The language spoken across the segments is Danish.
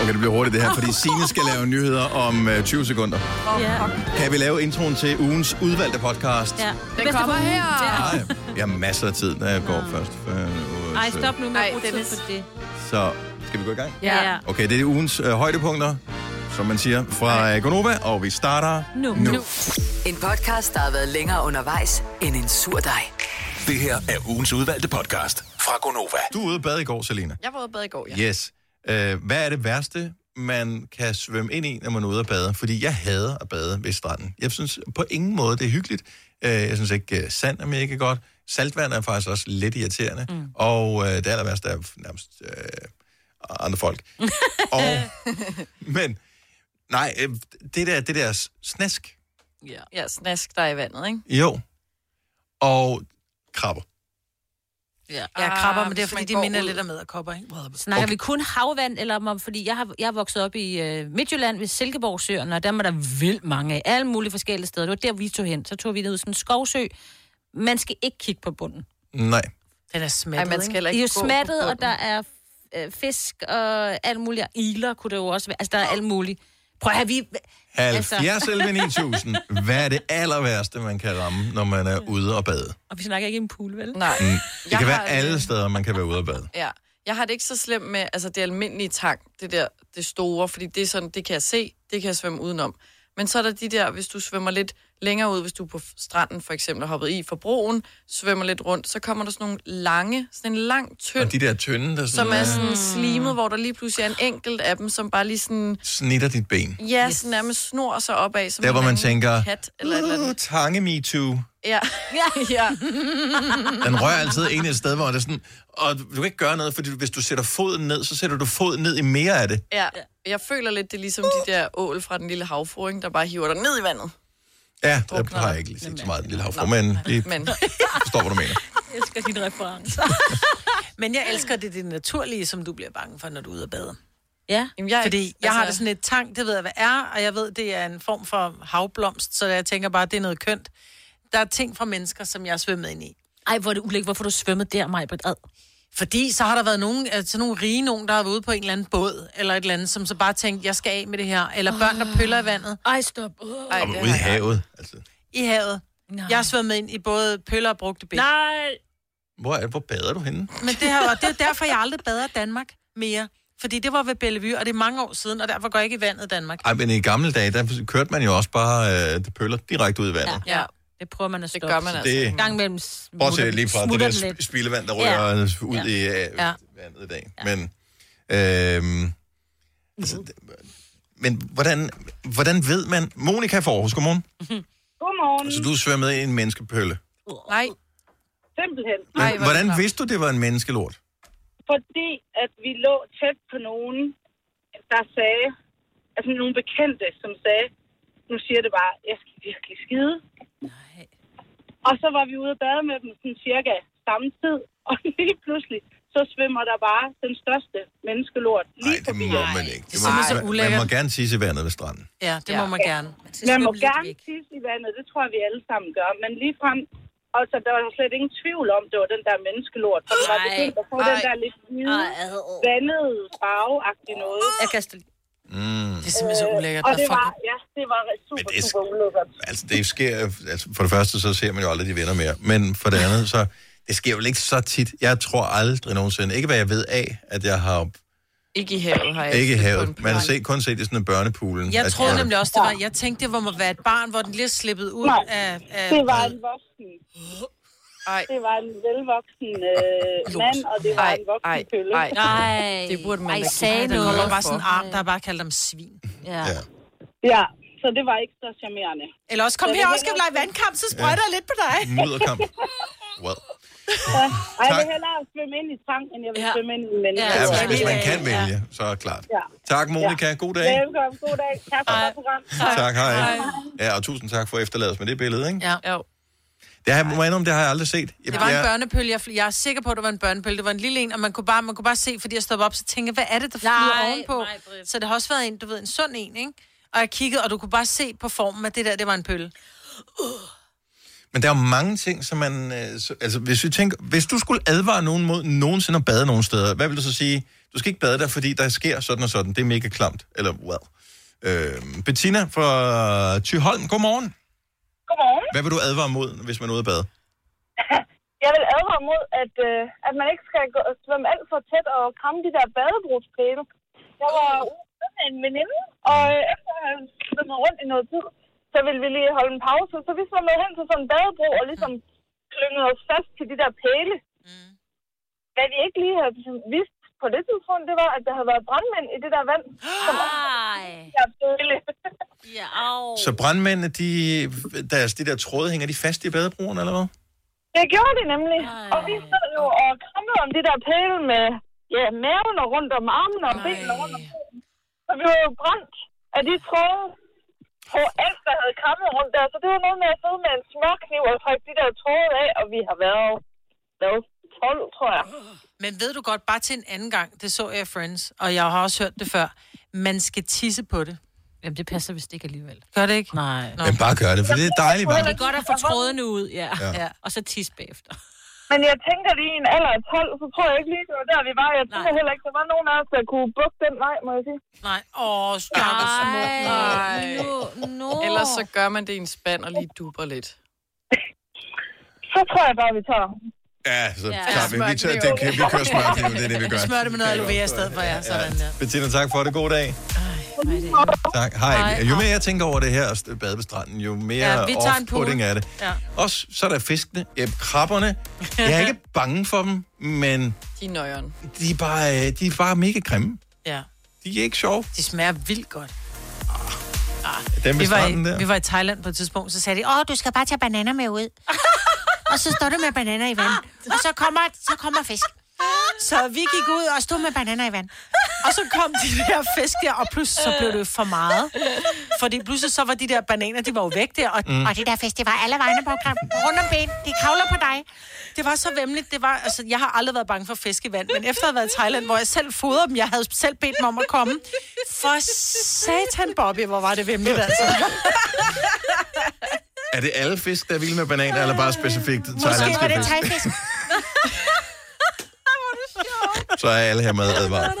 Okay, det bliver hurtigt det her, fordi Signe skal lave nyheder om øh, 20 sekunder. Ja. Kan vi lave introen til ugens udvalgte podcast? ja. Den Bedste kommer for ugen. her. Ja. Ej, jeg har masser af tid, når jeg går først. Øh, øh, Ej, så- stop nu med Ej, at bruge tid Dennis. på det. Så skal vi gå i gang? Ja. Okay, det er ugens øh, højdepunkter, som man siger, fra øh, Gonova, og vi starter Nu. nu. Nu. En podcast, der har været længere undervejs end en sur dej. Det her er ugens udvalgte podcast fra Gonova. Du er ude at bade i går, Selina. Jeg var ude og bade i går, ja. Yes. Øh, hvad er det værste, man kan svømme ind i, når man er ude og bade? Fordi jeg hader at bade ved stranden. Jeg synes på ingen måde, det er hyggeligt. Øh, jeg synes ikke, øh, sand er mega godt. Saltvand er faktisk også lidt irriterende. Mm. Og øh, det aller værste er nærmest øh, andre folk. og, men nej, øh, det der, det der snask, Ja. ja, snask dig i vandet, ikke? jo. Og krabber. Ja, jeg krabber, men det er hvis fordi, man de går minder ud. lidt om æderkopper, ikke? Snakker okay. vi kun havvand, eller om, fordi jeg har, jeg er vokset op i øh, Midtjylland ved Silkeborgsøerne, og der var der vildt mange af alle mulige forskellige steder. Det var der, vi tog hen. Så tog vi ned ud i sådan en skovsø. Man skal ikke kigge på bunden. Nej. Den er Nej, smattet, man skal heller Det er jo ikke gå på smattet, og der bunden. er øh, fisk og alt muligt. Og Iler kunne det jo også være. Altså, der er alt muligt. Prøv at have, vi... Altså. 70 11 9000. Hvad er det aller værste, man kan ramme, når man er ude og bade? Og vi snakker ikke i en pool, vel? Nej. Mm. Det Jeg kan være har- alle steder, man kan være ude at bade. Ja. Jeg har det ikke så slemt med altså det almindelige tang, det der, det store, fordi det er sådan, det kan jeg se, det kan jeg svømme udenom. Men så er der de der, hvis du svømmer lidt længere ud, hvis du er på stranden for eksempel og hoppet i for broen, svømmer lidt rundt, så kommer der sådan nogle lange, sådan en lang, tynd, Og de der tynde, der som sådan, øh, er er... Ah. sådan slimet, hvor der lige pludselig er en enkelt af dem, som bare lige sådan, snitter dit ben. ja, yes. sådan nærmest snor sig opad. Som Der, en hvor man anden tænker, Kat, eller et eller Uh, andet. tange me too. Ja. ja. ja. Den rører altid ind et sted, hvor det er sådan... Og du kan ikke gøre noget, fordi hvis du sætter foden ned, så sætter du foden ned i mere af det. Ja, jeg føler lidt, det er ligesom de der ål fra den lille havfruing, der bare hiver dig ned i vandet. Ja, der har jeg ikke set så meget den lille havfru, men vi Men forstår, hvad du mener. Jeg elsker din reference. Men jeg elsker det, det naturlige, som du bliver bange for, når du er ude at bade. Ja. jamen, jeg, er Fordi ikke- altså- jeg har det sådan et tank, det ved jeg, hvad er, og jeg ved, det er en form for havblomst, så jeg tænker bare, det er noget kønt. Der er ting fra mennesker, som jeg er svømmet ind i. Ej, hvor er det ulækkert. Hvorfor har du svømmet der, mig på ad? Fordi så har der været nogen, altså nogle rige nogen, der har været ude på en eller anden båd, eller et eller andet, som så bare tænkte, jeg skal af med det her. Eller børn, der pøller i vandet, Ej, stop. Uh. Ej, Og det ude i har jeg. havet. Altså, i havet. Nej. Jeg er svømmet ind i både pøller og brugte ben. Nej. hvor, er, hvor bader du henne? Men det, her, og det er derfor, jeg aldrig bader Danmark mere. Fordi det var ved Bellevue, og det er mange år siden, og derfor går jeg ikke i vandet Danmark. Ej, men i gamle dage, der kørte man jo også bare øh, det pøller direkte ud i vandet. Ja, Det prøver man at det stoppe. gør man Ja. altså. Det, En gang imellem smutter, Bortset lige fra det smutter der den sp- lidt. spildevand, der rører ja. ud Ja. i øh, Ja. Mhm. vandet i dag. Men, øhm, altså, det- men hvordan, hvordan ved man... Monika Forhus, godmorgen. Mm. Godmorgen. Så Altså, du svømmede i en menneskepølle. Nej, Simpelthen. Men, Ej, Ej, hvor er det hvordan klart. vidste du, det var en menneskelort? Fordi at vi lå tæt på nogen, der sagde, altså nogle bekendte, som sagde, nu siger det bare, jeg skal virkelig skide. Nej. Og så var vi ude og bade med dem sådan cirka samme tid, og lige pludselig, så svømmer der bare den største menneskelort Nej, lige det forbi. må os. man ikke. det er må, simpelthen så man- man ulækkert. må gerne tisse i vandet ved stranden. Ja, det ja. må man gerne. Man skal Man må svømme lidt gerne væk. tisse i vandet, det tror jeg, vi alle sammen gør, men ligefrem, altså der var slet ingen tvivl om, det var den der menneskelort, for den var Ej, begyndt at få den ej, der lidt hvide, Ej, ad. vandede, farveagtige noget. Jeg kaster lige. Mm. Det er simpelthen Øh, så ulækkert. Og Der det er var, fucking- ja, det var super, Men det er- super ulækkert. Altså, det sker... Altså, for det første, så ser man jo aldrig de venner mere. Men for det andet, så... Det sker vel ikke så tit. Jeg tror aldrig nogensinde, ikke hvad jeg ved af, at jeg har ikke i havet har jeg Ikke i set på havet. en Man har plan. set, kun set i sådan en børnepoolen. Jeg at- troede nemlig også, det var, jeg tænkte, det var må være et barn, hvor den lige er slippet ud Nej, af, af... Det var en voksen. Ej, Det var en velvoksen øh, mand, og det var ej, en voksen ej, pølle. ej. Nej. Det burde man Ej, da sagde give. Der noget. kommer Hvorfor? bare sådan en arm, der bare kaldt dem svin. Ja. Ja. Ja, så det var ikke så charmerende. Eller også, kom Ja, det her kan også, skal jeg vi lege vandkamp, så sprøjter jeg lidt på dig. Mudderkamp. Well. Ja. Ej, jeg vil Tak. hellere svømme ind i trang, end jeg vil Ja. svømme ind i en menneske. Ja, Ja, det hvis, er hvis man det. kan vælge, så er klart. Ja. Tak, Monika. God dag. Velkommen, god dag. Tak for det program. Tak, hej. Ja, og tusind tak for at efterlade os med det billede, ikke? Ja. Jo. Det har, må jeg indrømme, det har jeg aldrig set. Jeg, Det var en jeg, børnepøl, jeg, fl- jeg er sikker på, at det var en børnepøl. Det var en lille en, og man kunne bare, man kunne bare se, fordi jeg stoppede op, så tænkte jeg, hvad er det, der flyder Nej, ovenpå? nej, Britt. så det har også været en, du ved, en sund en, ikke? Og jeg kiggede, og du kunne bare se på formen, at det der, det var en pøl. Men der er jo mange ting, som man... Øh, så, altså, hvis, vi tænker, hvis du skulle advare nogen mod nogensinde at bade nogen steder, hvad vil du så sige? Du skal ikke bade der, fordi der sker sådan og sådan. Det er mega klamt. Eller, well. Øh, Bettina fra Thyholm, godmorgen. Godmorgen. Hvad vil du advare mod, hvis man er ude at bade? Jeg vil advare mod, at, øh, at man ikke skal gå og svømme alt for tæt og kramme de der badebrugspæle. Jeg var ude med en veninde, og øh, efter at have svømmet rundt i noget tid, så ville vi lige holde en pause. Så vi svømmede hen til sådan en badebro og ligesom klyngede os fast til de der pæle. Mm. Hvad vi ikke lige havde vidst på det tidspunkt, det var, at der havde været brandmænd i det der vand, som også Ej, var pæle. ja, au. Så brandmændene, de, deres, de der tråde, hænger de fast i badebroen, eller hvad? Det gjorde de nemlig. Ej. Og vi stod jo og krammede om det der pæle med ja, maven og rundt om armen og benene rundt om pælen. Så vi var jo brændt af de tråde på alt, der havde krammet rundt der. Så det var noget med at sidde med en smørkniv og trække de der tråde af, og vi har været hvad, 12, tror jeg. Men ved du godt, bare til en anden gang, det så jeg i Friends, og jeg har også hørt det før, man skal tisse på det. Jamen, det passer vist ikke alligevel. Gør det ikke? Nej. Nå. Men bare gør det, for det er dejligt Det varmt. er godt at få trådene ud, ja. Ja. ja. Og så tis bagefter. Men jeg tænker lige i en alder af 12, så tror jeg ikke lige, det var der, vi var. Jeg tænker Nej. heller ikke, der var nogen af os, der kunne bukke den vej, må jeg sige. Nej. Åh, stakkels små. Ej, nu, nu. Ellers så gør man det i en spand og lige duber lidt. Så tror jeg bare, vi tager. Ja, så Ja. tager vi. Vi, tager, det, kan- vi kører smørkniven, det er det, vi gør. Smør det med noget aloe vera i stedet for, ja. Sådan, ja. Bettina, tak for det. God dag. Tak. Hej. Jo mere jeg tænker over det her, st- bade på stranden, jo mere Ja, ja, vi tager en pool. off-putting er det. Ja. Også så er der fiskene, ja, krabberne. Jeg er ikke bange for dem, men De er nøjeren. de er bare, øh, de er bare mega grimme. ja. De er ikke sjove. De smager vildt godt. Dem ved Vi var, stranden der. i, vi var i Thailand på et tidspunkt, så sagde de, åh, du skal bare tage bananer med ud. og så står du med bananer i vand. Og så kommer, så kommer fisk. Så vi gik ud og stod med bananer i vand. Og så kom de der fisk der, og pludselig så blev det for meget. Fordi pludselig så var de der bananer, de var jo væk der. Og, mm. og det der fisk, det var alle vegne på kram, rundt om ben. De kravler på dig. Det var så vemmeligt. Det var, altså, jeg har aldrig været bange for fisk i vand, men efter at have været i Thailand, hvor jeg selv fodrede dem, jeg havde selv bedt dem om at komme. For satan, Bobby, hvor var det vemmeligt, altså. Er det alle fisk, der er vilde med bananer, eller bare specifikt thailandske fisk? thaifisk. Så er alle her med advaret.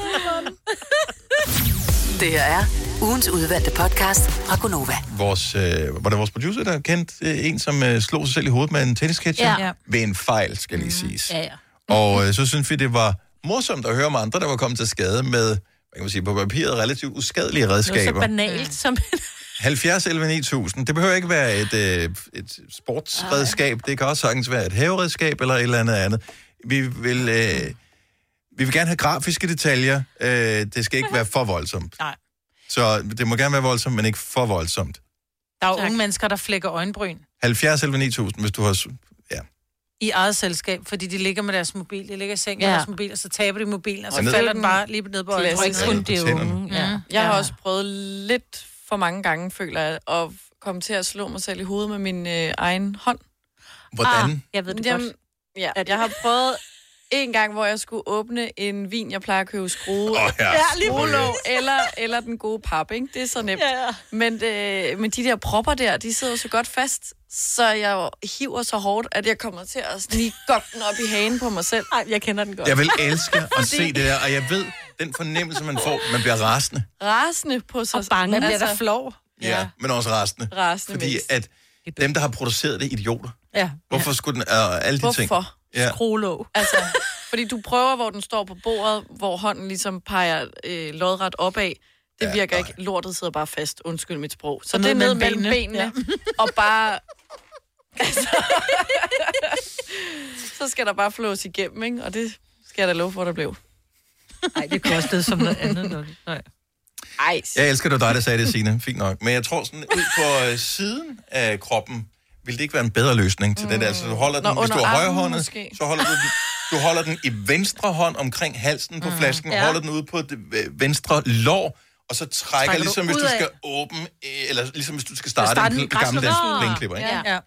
Det her er ugens udvalgte podcast fra Gonova. Vores, øh, var det vores producer, der kendte øh, en, som øh, slog sig selv i hovedet med en tennisketcher? Ja. Ved en fejl, skal lige siges. Ja, ja. Og øh, så synes vi, det var morsomt at høre om andre, der var kommet til skade med, hvad kan man sige, på papiret relativt uskadelige Det var så redskaber. banalt som... 70 11 9000. Det behøver ikke være et, øh, et sportsredskab. Det kan også sagtens være et haveredskab eller et eller andet andet. Vi vil, øh, vi vil gerne have grafiske detaljer. Øh, det skal ikke være for voldsomt. Nej. Så det må gerne være voldsomt, men ikke for voldsomt. Der er jo unge mennesker, der flækker øjenbryn 70 11 9000, hvis du har... s- Ja. i eget selskab, fordi de ligger med deres mobil. De ligger i sengen med Ja. deres mobil, og så taber de mobilen, og så Og ned. falder den bare lige ned på Og ikke øjenbrynet. Klassisk. kun det er unge. Mm. Ja. Jeg har også prøvet lidt for mange gange, føler jeg, at komme til at slå mig selv i hovedet med min øh, egen hånd. Hvordan? Ah, jeg ved det godt. Jamen, ja, jeg har prøvet en gang, hvor jeg skulle åbne en vin, jeg plejer at købe skrue. Åh, ja. Rolo, eller, eller den gode pap, ikke? Det er så nemt. Ja. Men, øh, men de der propper der, de sidder jo så godt fast, så jeg hiver så hårdt, at jeg kommer til at snige godt den op i hagen på mig selv. Ej, jeg kender den godt. Jeg vil elske at se det der, og jeg ved, den fornemmelse, man får, man bliver rasende. Rasende på sig Altså, Og bange. Man bliver der flov. Ja. ja men også rasende. Rasende Fordi mindst. at dem, der har produceret det, er idioter. Ja. Hvorfor skulle den... Og alle de ting. Hvorfor? Ja. Krolog. Altså, fordi du prøver, hvor den står på bordet, hvor hånden ligesom peger øh, lodret opad. Det Ja, ja, virker nej. ikke. Lortet sidder bare fast. Undskyld mit sprog. Så Og det er ned ned mellem mellem benene. benene. benene Og bare... Altså, så skal der bare flås igennem, ikke? Og det skal jeg da love for, der blev. Nej, det kostede som noget andet. Nok. Nej. Ej, Jeg elsker, at det var dig, der sagde det, Signe. Fint nok. Men jeg tror sådan, ud på øh, siden af kroppen, ville det ikke være en bedre løsning til mm. det der. Så du holder den, Nå, Nå, hvis du under er armen højrehåndet, måske. så holder du den, du holder den i venstre hånd omkring halsen på flasken, og Ja. holder den ude på det øh, venstre lår, og så trækker, trækker du ligesom hvis du udad. skal åbne, øh, eller ligesom hvis du skal starte, starte starte en en pl- gammeldags græsslå. plæneklipper, ikke? Ja.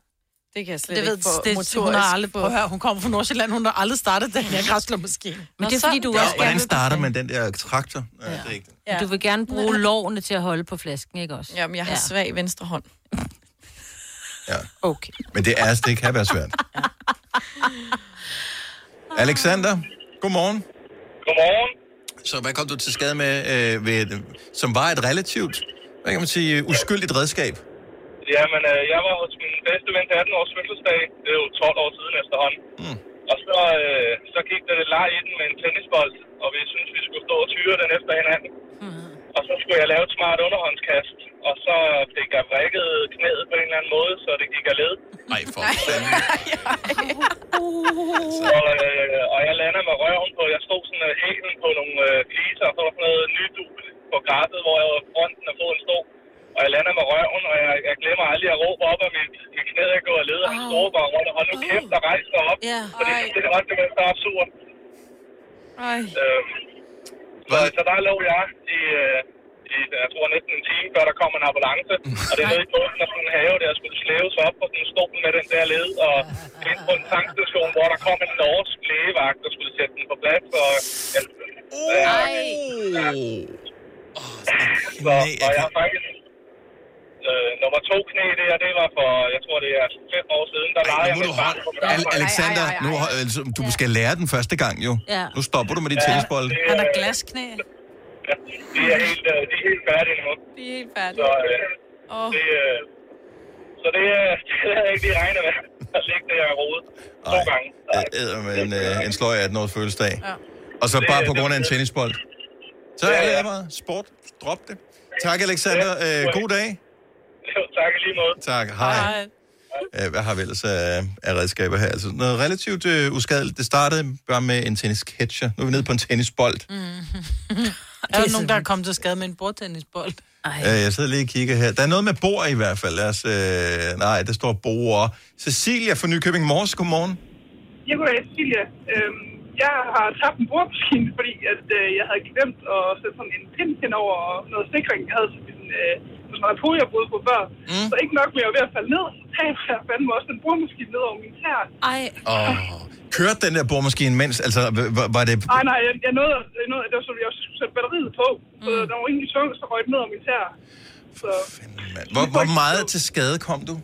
det kan jeg slet Det ved ikke få det, det, hun har motorisk aldrig på. Hør, hun kommer fra Nordsjælland, hun har aldrig startet den her græsslåmaskine. Men det er fordi, du Ja, også hvordan gerne... starter man den der traktor? Ja. Det er rigtigt. Ja. Du vil gerne bruge lårene til at holde på flasken, ikke også? Jamen, jeg har ja. svag venstre hånd. Ja. Okay. Men det er altså, det kan være svært. Alexander, godmorgen. Godmorgen. Så hvad kom du til skade med, øh, ved, et- som var et relativt, hvad kan man sige, øh, uskyldigt redskab? Jamen, øh, jeg var hos min bedste ven til 18 års fødselsdag. Det er jo 12 år siden efterhånden. Mm. Og så, øh, så gik der lidt leg i den med en tennisbold, og vi syntes, vi skulle stå og tyre den efter hinanden. Og så skulle jeg lave et smart underhåndskast, og så fik jeg brækket knæet på en eller anden måde, så det gik af led. Nej, for fanden. Og, øh, og jeg lander med røven på, jeg stod sådan øh, hælen på nogle øh, fliser, og så var der sådan noget nydul på græsset, hvor jeg fronten af foden stod. Og jeg lander med røven, og jeg, jeg glemmer aldrig at råbe op, at mit, mit knæ er gået af led, og han står bare rundt, og hold nu kæft, der rejser dig op. Ja. Fordi Ej. det er ret, det var absurd. Ej. Øhm, så, så der lå jeg i, øh, i, jeg tror næsten en time, før der kom en ambulance. Og det lød i bunden af sådan en have, der skulle slæves op på sådan en stol med den der led. Og ind på en tankstation, hvor der kom en norsk lægevagt, der skulle sætte den på plads. Og, ja, øh, så, Nej, og jeg jeg kan... har faktisk... Øh, nummer to knæ der, det var for, jeg tror det er fem år siden, der Ej, legede nu må jeg med du et barn holde. på min Al- arm. Alexander, nu, har- altså, du skal lære den første gang jo. Ja. Nu stopper du med de tennisbold. Det, Han øh, har glasknæ. ja, det er helt, øh, det er helt færdigt nu. Vi er helt færdige. Så, øh, Åh, Det, øh, så det, øh, det havde jeg ikke lige regnet med at ligge der og rode to Ej, gange. det æder med en, øh, en sløj 18 års fødselsdag. Ja. Og så Det- bare på det- grund af en tennisbold. Så Ja, er det ja. meget. Sport. Drop det. Tak, Alexander. Ja. Øh, god dag. Jo, tak i lige måde. Tak. Hej. ej. Øh, Hvad har vi ellers af, af redskaber her? Altså noget relativt øh, uskadeligt. Det startede bare med en tennisketcher. Nu er vi nede på en tennisbold. Mm. Er der nogen, der er kommet til skade med en bordtennisbold? Øh, jeg sidder lige og kigger her. Der er noget med bord i hvert fald. Lad os, øh, nej, der står bord. Cecilia fra Nykøbing Mors, godmorgen. Jeg kunne være Silja. Øhm, jeg har tabt en bordmaskine, fordi at, øh, jeg havde glemt at sætte sådan en pind hen over noget sikring. Jeg havde sådan en øh, sådan noget pude, jeg boede på før. Mm. Så ikke nok med, at jeg var ved at falde ned, så taber jeg fandme også en bordmaskine ned over min tær. Ej, Oh. Kørte den der boremaskine mens? Altså, h- h- var det... Nej, nej, jeg, jeg nåede, jeg nåede, det var sådan, jeg skulle sætte batteriet på. Så mm. der var rimelig tung, så røg den ned over min tær. Så Fanden, mand. Hvor, hvor meget til skade kom du?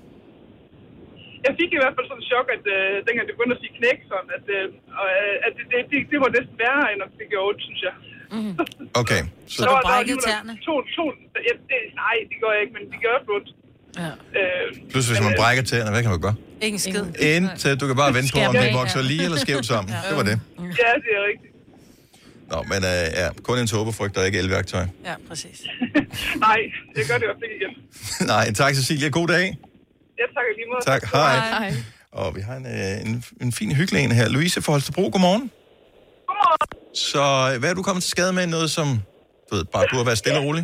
jeg fik i hvert fald sådan en chok, at øh, dengang det begyndte at sige knæk, sådan, at, øh, og, øh, at det, det, det, det, var næsten værre, end at det gjorde ondt, synes jeg. Okay. Så, Så du Der var- der var brækkede alligevel tæerne? To, to, ja, det, nej, det gør jeg ikke, men det gør det ondt. Ja. Øh, plus hvis man brækker tæerne, hvad kan man gøre? Ingen skid. Indtil du kan bare vente på, om det Skærm. vokser lige eller skævt sammen. Det var det. ja, det er rigtigt. Nå, men øh, ja, kun en tåbe frygter ikke elværktøj. Ja, præcis. Nej, jeg gør det også ikke igen. Nej, tak Cecilia. God dag. Jeg takker lige måde. Tak. Hej. Ej. Og vi har en, øh, en, en fin hyggelig en her. Louise fra Holstebro, godmorgen. Godmorgen. Så øh, hvad er du kommet til skade med? Noget som, du ved, bare burde være stille og rolig?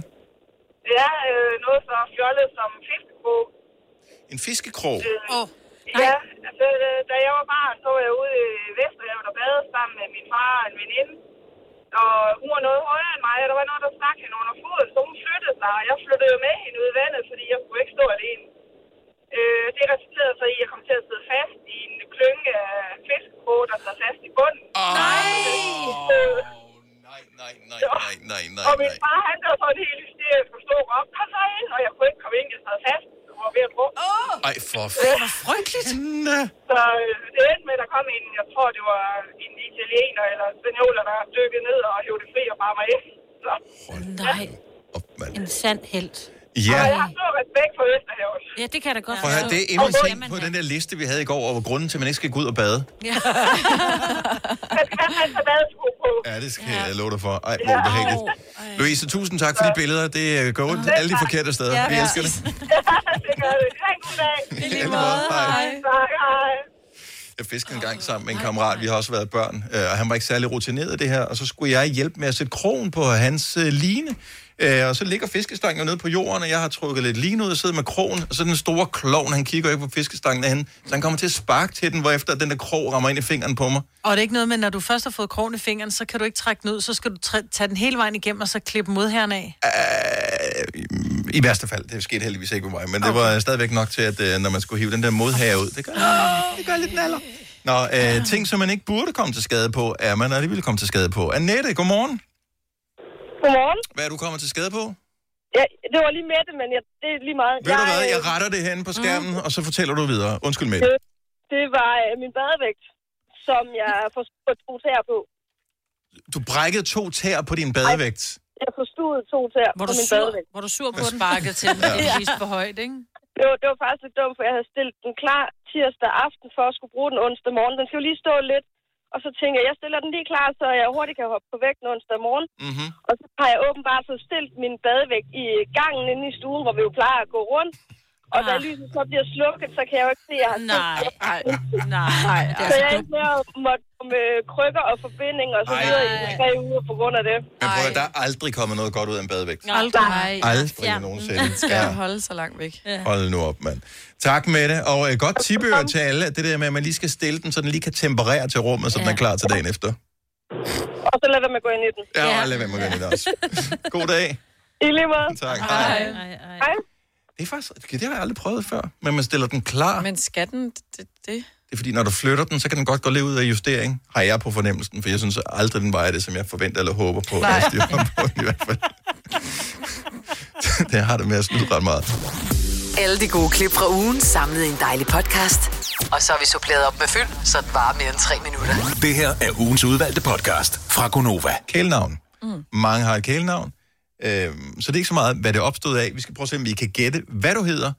Det er øh, noget så fjollet som fiskebog. En fiskekrog? Åh, Øh, Ja, altså, øh, da jeg var barn, så var jeg ude i Vesterhavet og badede sammen med min far og en veninde. Og hun var noget højere end mig, og der var noget, der stak hende under foden, så hun flyttede sig, og jeg flyttede jo med hende ud i vandet, fordi jeg kunne ikke stå alene. Øh, det resulterede så i, at jeg kom til at sidde fast i en klynge af fiskebåd, der sad fast i bunden. Nej! Øh, Nej, nej, nej, nej, nej, og nej, min nej. far, han blev sådan helt hysterisk og stod og råbte, kom så ind, og jeg kunne ikke komme ind, jeg sad fast og var ved at drukne. Ej, for fanden. Så øh, det endte med, at der kom en, jeg tror det var en italiener eller spanioler, der dykkede ned og hævde det fri og bare mig ind. Så, nej. Op, mand. En sand helt. Ja. og jeg har stor respekt for Østerhavet. Ja, det kan jeg da godt Prøv at høre, det er endnu en ting på den der liste, vi havde i går, over grunden til, at man ikke skal gå ud og bade. Man skal have altså madsko på. Ja, det skal jeg love dig for. Ej, hvor ubehageligt. Louise, tusind tak for de billeder. Det øh, går rundt til alle de forkerte steder. Vi elsker det. det gør det. Ha' en god dag. I lige måde. Hej. Tak, hej. Jeg fiskede en gang sammen med en kammerat, vi har også været børn, øh, og han var ikke særlig rutineret i det her, og så skulle jeg hjælpe med at sætte krogen på hans øh, line. Øh, og så ligger fiskestangen jo nede på jorden, og jeg har trukket lidt line ud og sidder med krogen, og så den store klovn, han kigger ikke på fiskestangen af hende, så han kommer til at sparke til den, hvorefter den der krog rammer ind i fingeren på mig. Og det er ikke noget med, når du først har fået krogen i fingeren, så kan du ikke trække den ud, så skal du træ- tage den hele vejen igennem, og så klippe modherren af. Øh, I værste fald, det skete heldigvis ikke med mig, men det var stadigvæk nok til, at øh, når man skulle hive den der modhære ud, det gør, det gør lidt naller. Nå, øh, ting, som man ikke burde komme til skade på, er man alligevel komme til skade på. Annette, godmorgen. Godmorgen. Hvad er du kommet til skade på? Ja, det var lige med det, men jeg, det er lige meget. Ved du hvad, øh, jeg retter det hen på skærmen, og så fortæller du videre. Undskyld med Det, det var øh, min badevægt, som jeg forstod to tæer på. Du brækkede to tær på din badevægt. Jeg forstod to tæer Var på du min sur, badevægt. var du sur på den bakket til, men det er vist for højt, ikke? Det var, det var faktisk lidt dumt, for jeg havde stillet den klar tirsdag aften for at skulle bruge den onsdag morgen. Den skal jo lige stå lidt. Og så tænker jeg, jeg stiller den lige klar, så jeg hurtigt kan hoppe på vægten onsdag morgen. Mm-hmm. Og så har jeg åbenbart så stillet min badevægt i gangen inde i stuen, hvor vi jo plejer at gå rundt. Og da Ah. lyset så bliver slukket, så kan jeg jo ikke se, at jeg har tændt Nej, Nej, nej. altså nej. Det er Så så jeg dumt. endte med at måtte gå med krykker og forbinding og så Ej. videre i tre uger på grund af det. Men prøv at, Ej. der er aldrig kommet noget godt ud af en badevægt. Nej, nej. Aldrig Ja. nogensinde. Skal Ja. jeg holde så langt væk? Hold nu op, mand. Tak, Mette. Og øh, godt tibør til alle, at det der med, at man lige skal stille den, så den lige kan temperere til rummet, så den Ja. er klar til dagen efter. Og så lader man gå ind i den. Ja, Ja. og lad være med at gøre det også. God dag. I lige måde. Tak. Hej. Ej, ej, ej. Det er faktisk, det har jeg aldrig prøvet før, men man stiller den klar. Men skal den det? det? Det er fordi, når du flytter den, så kan den godt gå lidt ud af justering, har jeg på fornemmelsen, for jeg synes aldrig, den vejer det, som jeg forventer eller håber på. Nej. Jeg styrer på, i hvert fald. det har det med at snyde ret meget. Alle de gode klip fra ugen samlet i en dejlig podcast. Og så har vi suppleret op med fyld, så det varer mere end tre minutter. Det her er ugens udvalgte podcast fra Gonova. Kælenavn. Mm. Mange har et kælenavn. Øhm, så det er ikke så meget, hvad det opstod af. Vi skal prøve at se, om vi kan gætte, hvad du hedder,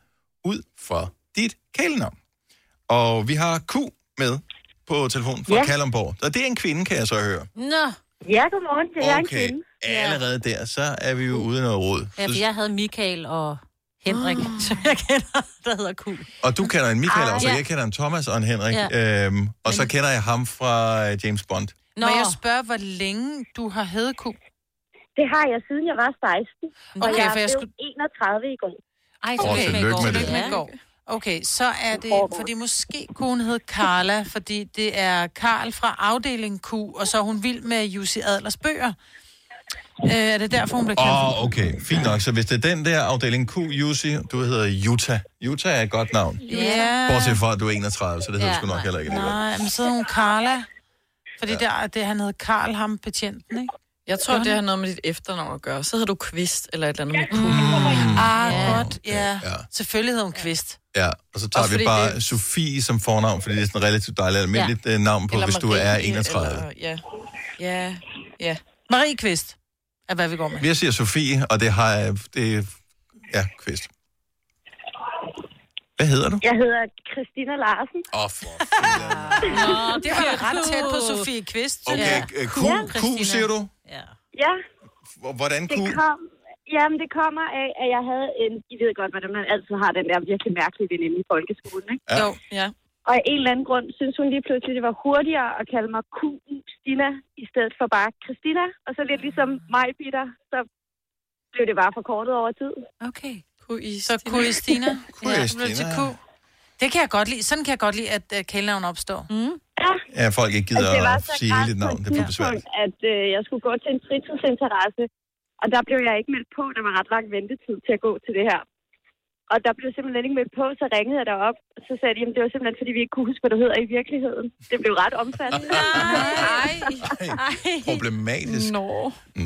ud fra dit kælenavn. Og vi har Q med på telefonen fra ja. Ja. Kalundborg. Og det er en kvinde, kan jeg så høre. Nå, Ja, godmorgen til jer en Okay, kvinde. allerede der, så er vi jo ude i noget råd. ja, for Så, jeg havde Michael og Henrik, som jeg kender, der hedder Q. og du kender en Michael Ah. også, og Ja. jeg kender en Thomas og en Henrik. Ja. Øhm, og så kender jeg ham fra øh, James Bond. Nå, Må jeg spørge, hvor længe du har hedeku? Det har jeg siden jeg var 16, Okay, og jeg for jeg blev skulle... 31 i går. Ej, Åh, okay. tillykke med det. Tillykke med går. Okay, så er det, fordi måske kunne hedde Carla, fordi det er Karl fra afdeling Q, og så er hun vild med Jussi Adlers bøger. Øh, er det derfor, hun blev kendt? Åh, Oh. oh, okay, fint nok. Så hvis det er den der afdeling Q, Jussi, du hedder Utah. Utah er et godt navn. Ja, Bortset fra, at du er 31, så det hedder ja, Ja, sgu nok nej. heller ikke alligevel. nej, men så hedder hun Carla. Fordi ja. der, det, han hed Karl, ham betjenten, ikke? Jeg tror, det har noget med dit efternavn at gøre. Så hedder du Kvist eller et eller andet med Q. Mm. Ah, ja. godt, ja. Ja. ja. Selvfølgelig hed hun Kvist. Ja, og så tager Også vi fordi bare det... det- Sofie som fornavn, fordi det er sådan et relativt dejligt almindeligt ja. navn på, Eller hvis du Marie, er 31. Eller... Eller, ja. Ja, ja. Marie Kvist er, hvad vi går med. Jeg siger Sofie, og det har jeg... Det, ja, kvist. Hvad hedder du? Jeg hedder Christina Larsen. Åh, oh, for fanden. Nå, det Det var ret tæt på Sofie Kvist. synes Okay, jeg. øh, Q, Q, Christina. siger du? Ja. Ja, H- Hvordan Q? det kom... Jamen, det kommer af, at jeg havde en... I ved godt, hvordan man altid har den der virkelig mærkelige veninde i folkeskolen, ikke? Ja. Jo, ja. Og af en eller anden grund synes hun lige pludselig, det var hurtigere at kalde mig Q Stina, i stedet for bare Christina. Og så lidt ligesom mig, Peter, så blev det bare forkortet over tid. Okay. Q-I. Så Kuristina. Kuristina, Ja, så blev det til ja. Q. Det kan jeg godt lide. Sådan kan jeg godt lide, at uh, kælenavn opstår. Mm. Ja, Ja, folk ikke gider Altså, det var at så sige græs hele dit på navn. et Det bliver besværligt. tidspunkt, at øh, jeg skulle gå til en fritidsinteresse, og der blev jeg ikke meldt på. Der var ret lang ventetid til at gå til det her. Og der blev simpelthen ikke meldt på, så ringede jeg derop, og så sagde de, at det var simpelthen, fordi vi ikke kunne huske, hvad du hedder i virkeligheden. Det blev ret omfattende. Nej. Problematisk. Nå.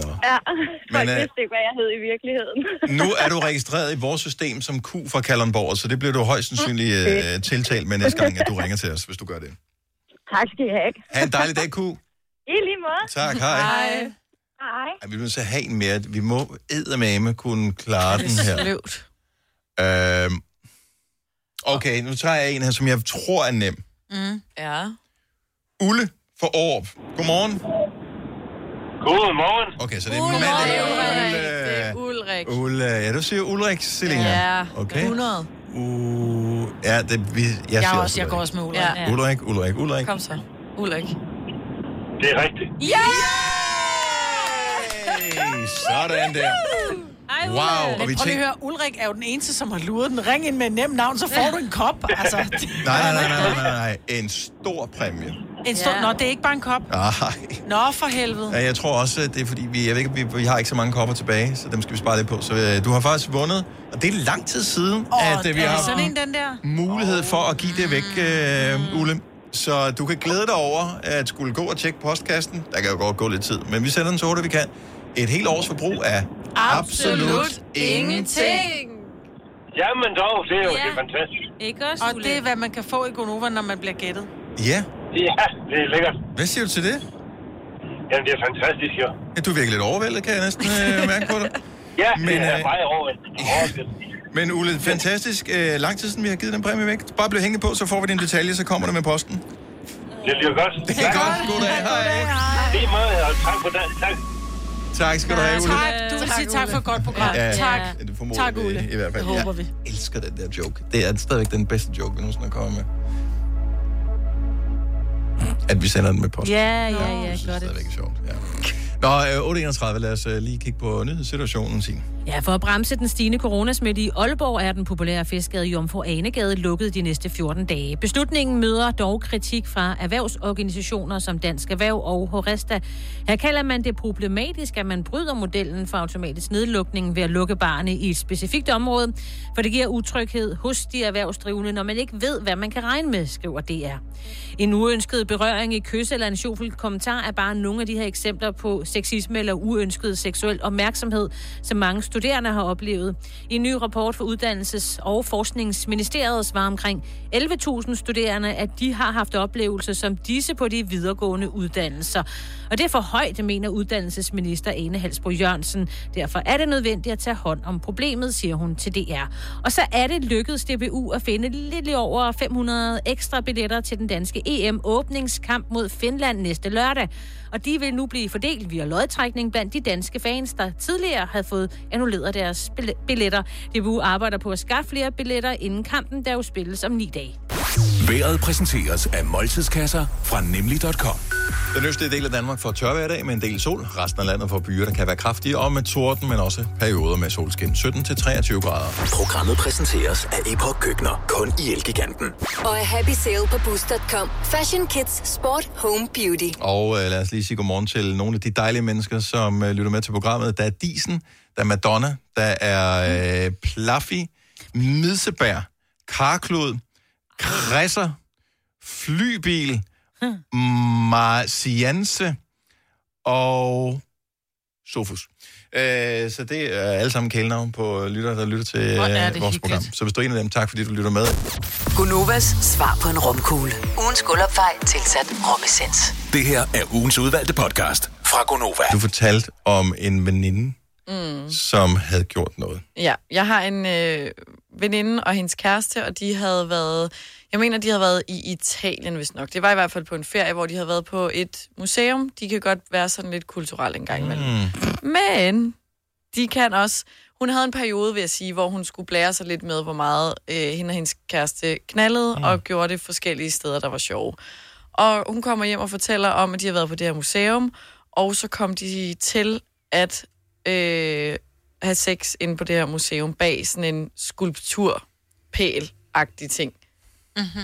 Nå. Ja, Men, folk øh, vidste ikke, hvad jeg hed i virkeligheden. Nu er du registreret i vores system som Q fra Kalundborg, så det bliver du højst sandsynligt øh, tiltalt med næste gang, at du ringer til os, hvis du gør det. tak skal I have. Ha' en dejlig dag, Q. I lige måde. Tak, hej. Ej, Hej. Ej, vi vil så have en mere. Vi må eddermame kunne klare den her. sløvt. Øhm, okay, nu tager jeg en her, som jeg tror er nem. Mm. Ja. Ulle for Aarup. Godmorgen. Godmorgen. Okay, så det er min mand, der Det hedder er Ulrik. Det er Ulle. Ulrik. Ulle. Ja, du siger Ulrik Sillinger. Ja, okay. 100. Uh, ja, det, vi, jeg, Jeg, siger er også, jeg går også med Ulrik. Ja. Ja. Ulrik, Ulrik, Ulrik. Kom så. Ulrik. Det er rigtigt. Hey, sådan der. Wow. Og vi Men prøv lige at tænker... høre, Ulrik er jo den eneste, som har luret den. Ring ind med et nemt navn, så får du en kop. Altså, Nej, nej, nej, nej, nej, nej. En stor præmie. en stor... Ja. Nå, det er ikke bare en kop. Nej. Nå, for helvede. Ja, jeg tror også, at det er fordi, vi, jeg ved ikke, vi, vi har ikke så mange kopper tilbage, så dem skal vi spare lidt på. Så øh, du har faktisk vundet, og det er lang tid siden, Åh, at øh, vi er har det sådan en, den der? mulighed for at give det væk, øh, Ulle. Så du kan glæde dig over at skulle gå og tjekke postkassen. Der kan jo godt gå lidt tid, men vi sender den så hurtigt, vi kan. Et helt års forbrug af Absolut ingenting. Jamen dog, det er jo Ja. det er fantastisk. Ikke også, Og det er, hvad man kan få i Gonova, når man bliver gættet. Ja. Ja, det er lækkert. Hvad siger du til det? Jamen, det er fantastisk, jo. Ja, du er virkelig lidt overvældet, kan jeg næsten øh, mærke på dig. Ja, Men, det er øh, meget overrasket. Overrasket. Men Ulle, fantastisk. Øh, lang tid siden vi har givet den præmie væk. Bare bliv hængende på, så får vi din detalje, så kommer du med posten. Det lyder godt. Det er godt. Goddag. Hej. Lige meget, og tak for det. Tak. Tak skal du have, Ulle. Tak, du vil sige tak for et godt program. Ja, Tak. det formoder Tak, vi Ulle. I hvert fald. Det håber jeg vi. elsker den der joke. Det er stadigvæk den bedste joke, vi nogensinde har kommet med. At vi sender den med posten. Ja, ja, ja, godt. Det er ikke sjovt, ja. Nå, øh, 8.31, lad os øh, lige kigge på nyhedssituationen, Signe. Ja, for at bremse den stigende coronasmitte i Aalborg er den populære fiskegade Jomfru Anegade lukket de næste 14 dage. Beslutningen møder dog kritik fra erhvervsorganisationer som Dansk Erhverv og Horesta. Her kalder man det problematisk, at man bryder modellen for automatisk nedlukning ved at lukke barne i et specifikt område, for det giver utryghed hos de erhvervsdrivende, når man ikke ved, hvad man kan regne med, skriver DR. En uønsket berøring i kys eller en sjofel kommentar er bare nogle af de her eksempler på sexisme eller uønsket seksuel opmærksomhed, som mange studerende har oplevet. I en ny rapport fra Uddannelses- og Forskningsministeriet svarer omkring 11.000 studerende, at de har haft oplevelser som disse på de videregående uddannelser. Og det er for højt, mener uddannelsesminister Ane Halsbro Jørgensen. Derfor er det nødvendigt at tage hånd om problemet, siger hun til DR. Og så er det lykkedes DBU at finde lidt over 500 ekstra billetter til den danske EM-åbningskamp mod Finland næste lørdag. Og de vil nu blive fordelt via lodtrækning blandt de danske fans, der tidligere havde fået annulleret deres bille- billetter. DBU arbejder på at skaffe flere billetter inden kampen, der jo spilles om ni dage. Været præsenteres af måltidskasser fra nemlig.com. Den østlige del af Danmark får tørvejr i dag med en del sol. Resten af landet får byer, der kan være kraftige og med torden, men også perioder med solskin. 17-23 grader. Programmet præsenteres af Epoch Køkkener. Kun i Elgiganten. Og er happy sale på boost.com. Fashion, kids, sport, home, beauty. Og øh, lad os lige sige godmorgen til nogle af de dejlige mennesker, som øh, lytter med til programmet. Der er Disen, der er Madonna, der er øh, Plaffy, Midsebær, Karklod, Kresser, Flybil, Marcianse og Sofus. Øh, så det er alle sammen kælenavn på lytter, der lytter til øh, Hvor vores er det program. Så hvis du er en af dem, tak fordi du lytter med. Gunovas svar på en romkugle. Ugens guldopfej tilsat romessens. Det her er ugens udvalgte podcast fra Gonova. Du fortalte om en veninde, Mm. som havde gjort noget. Ja, jeg har en øh, veninde og hendes kæreste, og de havde været, jeg mener, de havde været i Italien, hvis nok. Det var i hvert fald på en ferie, hvor de havde været på et museum. De kan godt være sådan lidt kulturelle en gang imellem. Mm. Men de kan også... Hun havde en periode, vil jeg sige, hvor hun skulle blære sig lidt med, hvor meget øh, hende og hendes kæreste knaldede, mm. og gjorde det forskellige steder, der var sjove. Og hun kommer hjem og fortæller om, at de har været på det her museum, og så kom de til at øh, have sex inde på det her museum bag sådan en skulptur pæl agtig ting. Mm-hmm.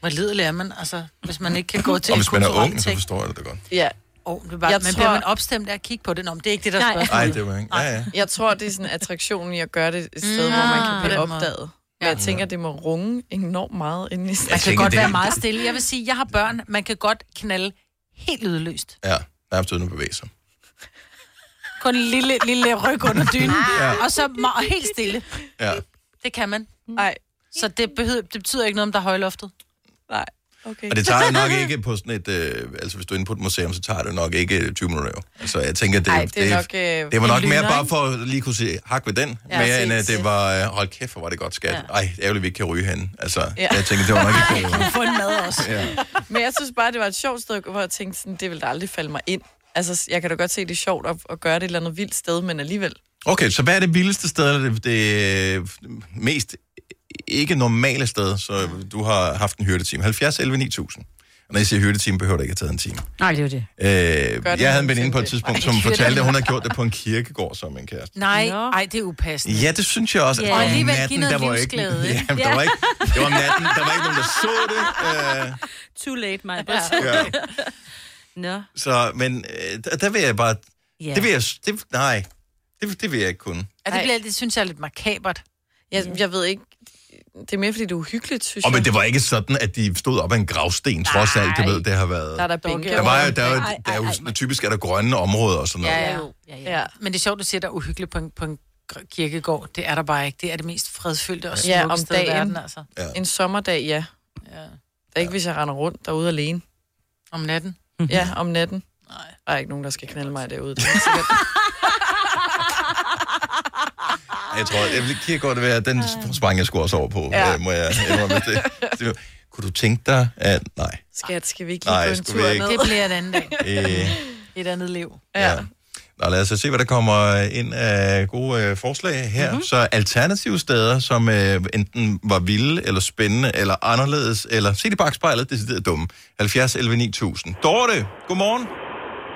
Hvor liderlig er man, altså, hvis man ikke kan gå til Og en hvis man er kulturel ung, så ting? forstår jeg det da godt. Ja. Oh, det er bare, Jeg men tror... tror- bliver man opstemt af at kigge på det? Nå, men det er ikke det, der Nej. Nej, spørger. det var ikke. Ja, ja. Jeg tror, det er sådan attraktionen i at gøre det et sted, mm. hvor man Ah, kan blive på den måde. opdaget. Ja. Jeg tænker, det må runge enormt meget inde i Man stedet. kan godt være meget stille. Jeg vil sige, jeg har børn. Man kan godt knalde helt lydløst. Ja, nærmest uden at bevæge sig. Kun en lille, lille ryg under dynen. Ah. Ja. Mm. ja. Og så må- og helt stille. Ja. Det kan man. Nej. Så det, behøver, det betyder ikke noget, om der er højloftet. Nej. Okay. Og det tager jo nok ikke på sådan et... Øh, altså, hvis du er inde på et museum, så tager det nok ikke 20 minutter. Jo. Altså, jeg tænker, det, Ej, det er det, nok, øh, det var nok en mere lyner, bare ikke? for at lige kunne se hak ved den, Ja, ja, mere end at præcis. det var... Øh, hold kæft, hvor var det godt skat. Ja. Ej, ærgerligt, vi ikke kan ryge henne. Altså, ja. Ja. jeg tænker, det var nok ikke... Kan du få en mad også? Ja. Men jeg synes bare, det var et sjovt sted, hvor jeg tænkte sådan, det ville da aldrig falde mig ind. Altså, jeg kan da godt se, det er sjovt at, at gøre det et eller andet vildt sted, men alligevel. Okay, så hvad er det vildeste sted, eller det, det øh, mest ikke normale sted, så du har haft en hyrdeteam? 70, 11, 9000. Og når jeg siger hyrdeteam, behøver det ikke at tage en time. Nej, det er jo det. Øh, jeg havde en veninde på et tidspunkt, som Ej, fortalte, at hun hyrdeteam. havde gjort det på en kirkegård som en kæreste. Nej, nej, det er upassende. Ja, det synes jeg også. Ja. at Og om alligevel give noget der var ikke, livsglæde, ja, ikke? der Ja. var ikke, det var om natten, der var ikke nogen, der så det. Øh, Too late, my Ja. Nå. så, men øh, der- der vil jeg bare... Ja. Det vil jeg... Det, nej, det, det vil jeg ikke kunne. Og det, bliver, det synes jeg er lidt makabert. Jeg, jeg ved ikke, det er mere, fordi det er uhyggeligt, synes Og jeg. men det var ikke sådan, at de stod op af en gravsten, trods alt, du ved, det har været... Der er der bænke. Der var jo, der, er jo- Ej, ej, der er jo, ej, sådan- typisk er der grønne områder og sådan noget. Ja, ja. ja, ja. Men det er sjovt, du siger, der er uhyggeligt på en, på en gr- kirkegård. Det er der bare ikke. Det er det mest fredfyldte og smukke Ja, om sted i dagen. verden, altså. Ja. En sommerdag, ja. ja. Det er ikke, hvis jeg render rundt derude alene. Mm-hmm. Om natten? Ja, om natten. Nej. Der er ikke nogen, der skal knalde mig derude. Det er sikkert. Ej, Jeg tror, jeg vil kigge godt være, den sprang jeg skulle også over på, Ja. ja. må jeg indrømme det. det. var- Kunne du tænke dig, at... Nej. Skat, skal vi ikke Nej, lige på en skulle tur vi ned? ikke. Det bliver en anden dag. Øh, Et andet liv. ja. Nå, lad os så se, hvad der kommer ind af gode øh, forslag her. Mhm. Mm-hmm. Så alternative steder, som øh, enten var vilde, eller spændende, eller anderledes, eller se det i bagspejlet, det er dumme. 70 11 9000. Dorte, godmorgen.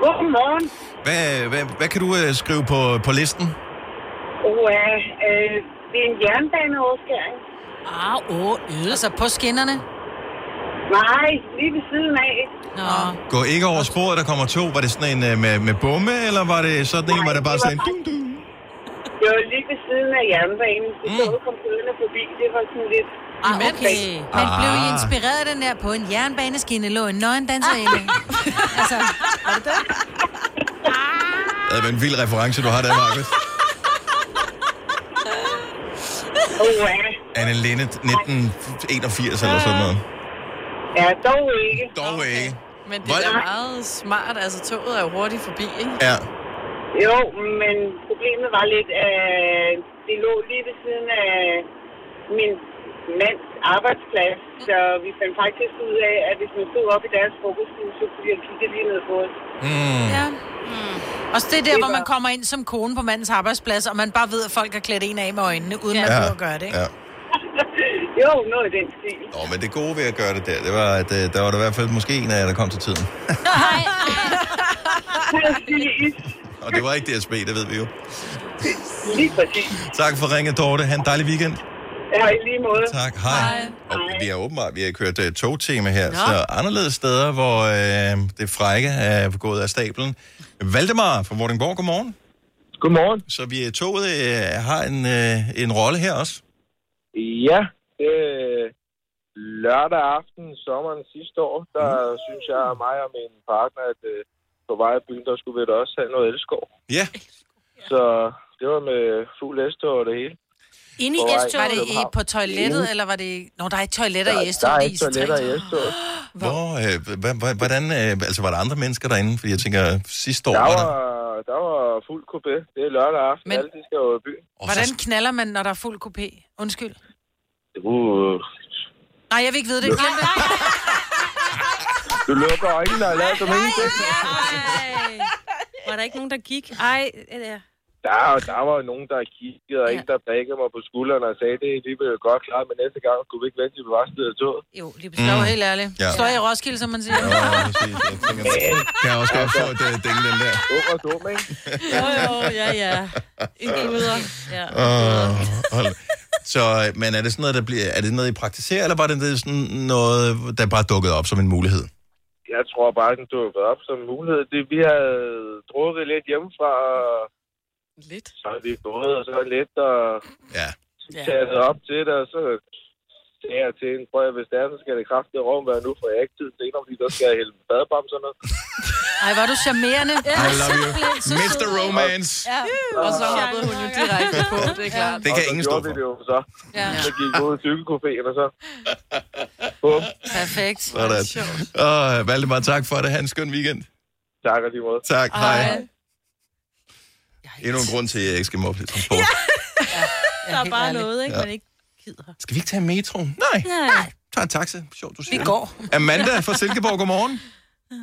Godmorgen. Hvad, hvad, hvad kan du øh, skrive på, på listen? Uha, øh, det er en jernbaneoverskæring. Ah, åh, øh. Altså på skinnerne? Nej, lige ved siden af. Nå. Gå ikke over sporet, der kommer to. Var det sådan en øh, med, med bomme, eller var det sådan en, hvor der bare sådan en... ding, ding? Det var lige ved siden af jernbanen. Det Mm. tog kom kørende forbi. Det var sådan lidt... Ah, okay. Men blev I Ah. inspireret af den der på en jernbaneskinne lå en nøgen danserinde? altså, var det det? Ja, Det er en vild reference, du har der, Markus. Uha, Anne Linnet, 1981 eller sådan noget. ja, dog ikke. Dog ikke. Men det er da meget smart. Altså, toget er jo hurtigt forbi, ikke? Ja. Jo, men problemet var lidt, at det lå lige ved siden af min mands arbejdsplads, så vi fandt faktisk ud af, at hvis man stod op i deres frokoststue, så kunne de have kigget lige ned på os. Mm. Ja. Mm. Og så det er der, hvor man kommer ind som kone på mandens arbejdsplads, og man bare ved, at folk har klædt en af med øjnene, uden ja. man behøver at gøre det. Ikke? Ja. jo, noget i den stil. Nå, men det gode ved at gøre det der, det var, at øh, der var der i hvert fald måske en af jer, der kom til tiden. Præcis. Og det var ikke DSB, det ved vi jo. Lige præcis. Tak for ringet, Dorte. Ha' en dejlig weekend. Ja, i lige måde. Tak. Hej. Hej. Og vi har åbenbart vi har kørt uh, togtema her, Nå. så anderledes steder, hvor uh, det frække er gået af stablen. Valdemar fra Vordingborg, godmorgen. Godmorgen. Så vi øh, toget uh, har en, uh, en rolle her også. Ja, det er lørdag aften, sommeren sidste år, der mm. synes jeg og mig og min partner, at øh, på vej af byen, der skulle vi da også have noget elskov. Ja. Så det var med fuld hestår og det hele. Inde På i vej S-toget? Var til det i, København. på toilettet, eller var det... i- Nå, der er ikke toiletter Der- i S-toget. der er det ikke toiletter i S-toget. Hvor, øh, h- h- hvordan, øh, altså var der andre mennesker derinde? Fordi jeg tænker, sidste år Der var var, der... der var fuld coupé. Det er lørdag aften. Men... Alle de skal jo i byen. Hvordan knaller man, når der er fuld kopé? Undskyld. Uh, Nej, jeg vil ikke vide det. Glem det. du lukker øjnene og lader som ingenting. Var der ikke nogen, der gik? Ej, øh, ja. Der, der var jo nogen, der kiggede, og ja. en, der prikkede mig på skulderen og sagde, det er lige blevet godt klart, men næste gang kunne vi ikke vente til, vi var afsted af toget. Jo, lige præcis. Mm. helt ærligt. Ja. Ja. Står jeg i Roskilde, som man siger? Ja, præcis. Jeg tænker, kan jeg også godt få et øh, ding, den der. Dum og dum, ikke? Jo, jo, ja, ja. I guder. Ja. Åh, hold. Så, øh, men er det sådan noget, der bliver, er det noget, I praktiserer, eller var det det sådan noget, der bare dukkede op som en mulighed? Jeg tror bare, den dukkede op som en mulighed. Det, vi havde drukket lidt hjemmefra. Lidt? Så er vi gået, og så lidt, og ja. taget op til det, og så sagde jeg til hende, prøv at hvis det er, så skal det kraftigt rum være nu, for jeg har ikke tid senere, fordi der skal jeg hælde badebamserne. Ej, var du charmerende. Ja, I love you. Mr. Romance. Ja. Og så hoppede hun jo direkte på, det er klart. Det kan ingen stå for. Det jo, så. Ja. så gik vi ud i cykelcaféen, og så... Bum. Perfekt. Sådan. Åh, Valdemar, tak for det. Ha' en skøn weekend. Tak og lige måde. Tak, hej. Endnu en grund til, at jeg ikke skal med offentlig transport. Der er bare noget, ikke? Ja. Man ikke Skal vi ikke tage metroen? Nej. Nej. Tag en taxa. Sjovt, du siger Vi det. går. Amanda fra Silkeborg, godmorgen.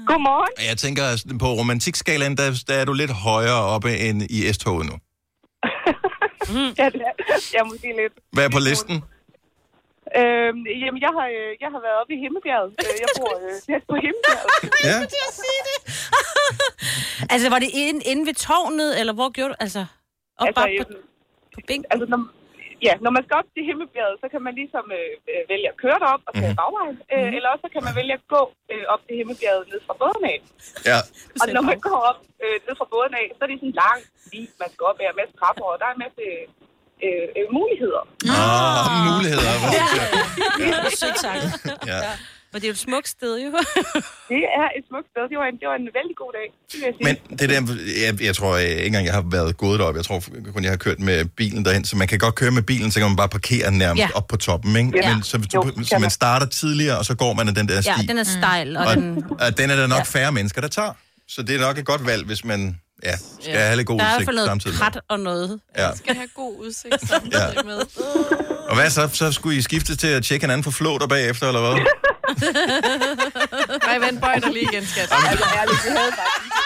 Godmorgen. Jeg tænker, at på romantikskalaen, der, der er du lidt højere oppe end i S-toget nu. ja, det er, jeg må sige lidt. Hvad er på listen? Øhm, jamen, jeg har, øh, jeg har været oppe i Himmebjerget. Øh, Jeg bor øh, tæt på Himmebjerget. Ja. Altså, var det ind, inde ved tårnet, eller hvor gjorde du? Altså, op, Altså, altså, op på, øhm, på bænken? Altså, når, ja, når man skal op til Himmebjerget, så kan man ligesom øh, øh, vælge at køre derop og tage Mhm. mm. bagvejen. Øh, Eller også så kan man vælge at gå øh, op til Himmebjerget ned fra båden af. Ja. Og når man går op øh, ned fra båden af, så er det sådan en lang lige, man skal op af og en masse trapper, og der er en masse øh, øh, muligheder. Ah, muligheder. hvor- Ja. Sødt sagt. Ja. Men det er jo et smukt sted, jo. det er et smukt sted. Det var en, det var en vældig god dag, det vil jeg sige. Men det der, jeg, jeg tror øh, ikke engang, jeg har været gået derop. Jeg tror kun, jeg har kørt med bilen derhen. Så man kan godt køre med bilen, så kan man bare parkere den nærmest Ja. ja. op på toppen. Ikke? Ja. Men så, hvis Jo, du, det så kan man. man starter tidligere, og så går man ad den der sti. Ja, den er stejl, og, og, den... og den er der nok ja. færre mennesker, der tager. Så det er nok et godt valg, hvis man ja, skal ja. have lidt god Der er i hvert udsigt fald noget samtidig. med. krat og noget. Ja. skal have god udsigt samtidig Ja. med. Og hvad så? Så skulle I skifte til at tjekke hinanden for flåter bagefter, eller hvad? Nej, vent, bøj dig lige igen, skat. Altså ærligt, vi havde faktisk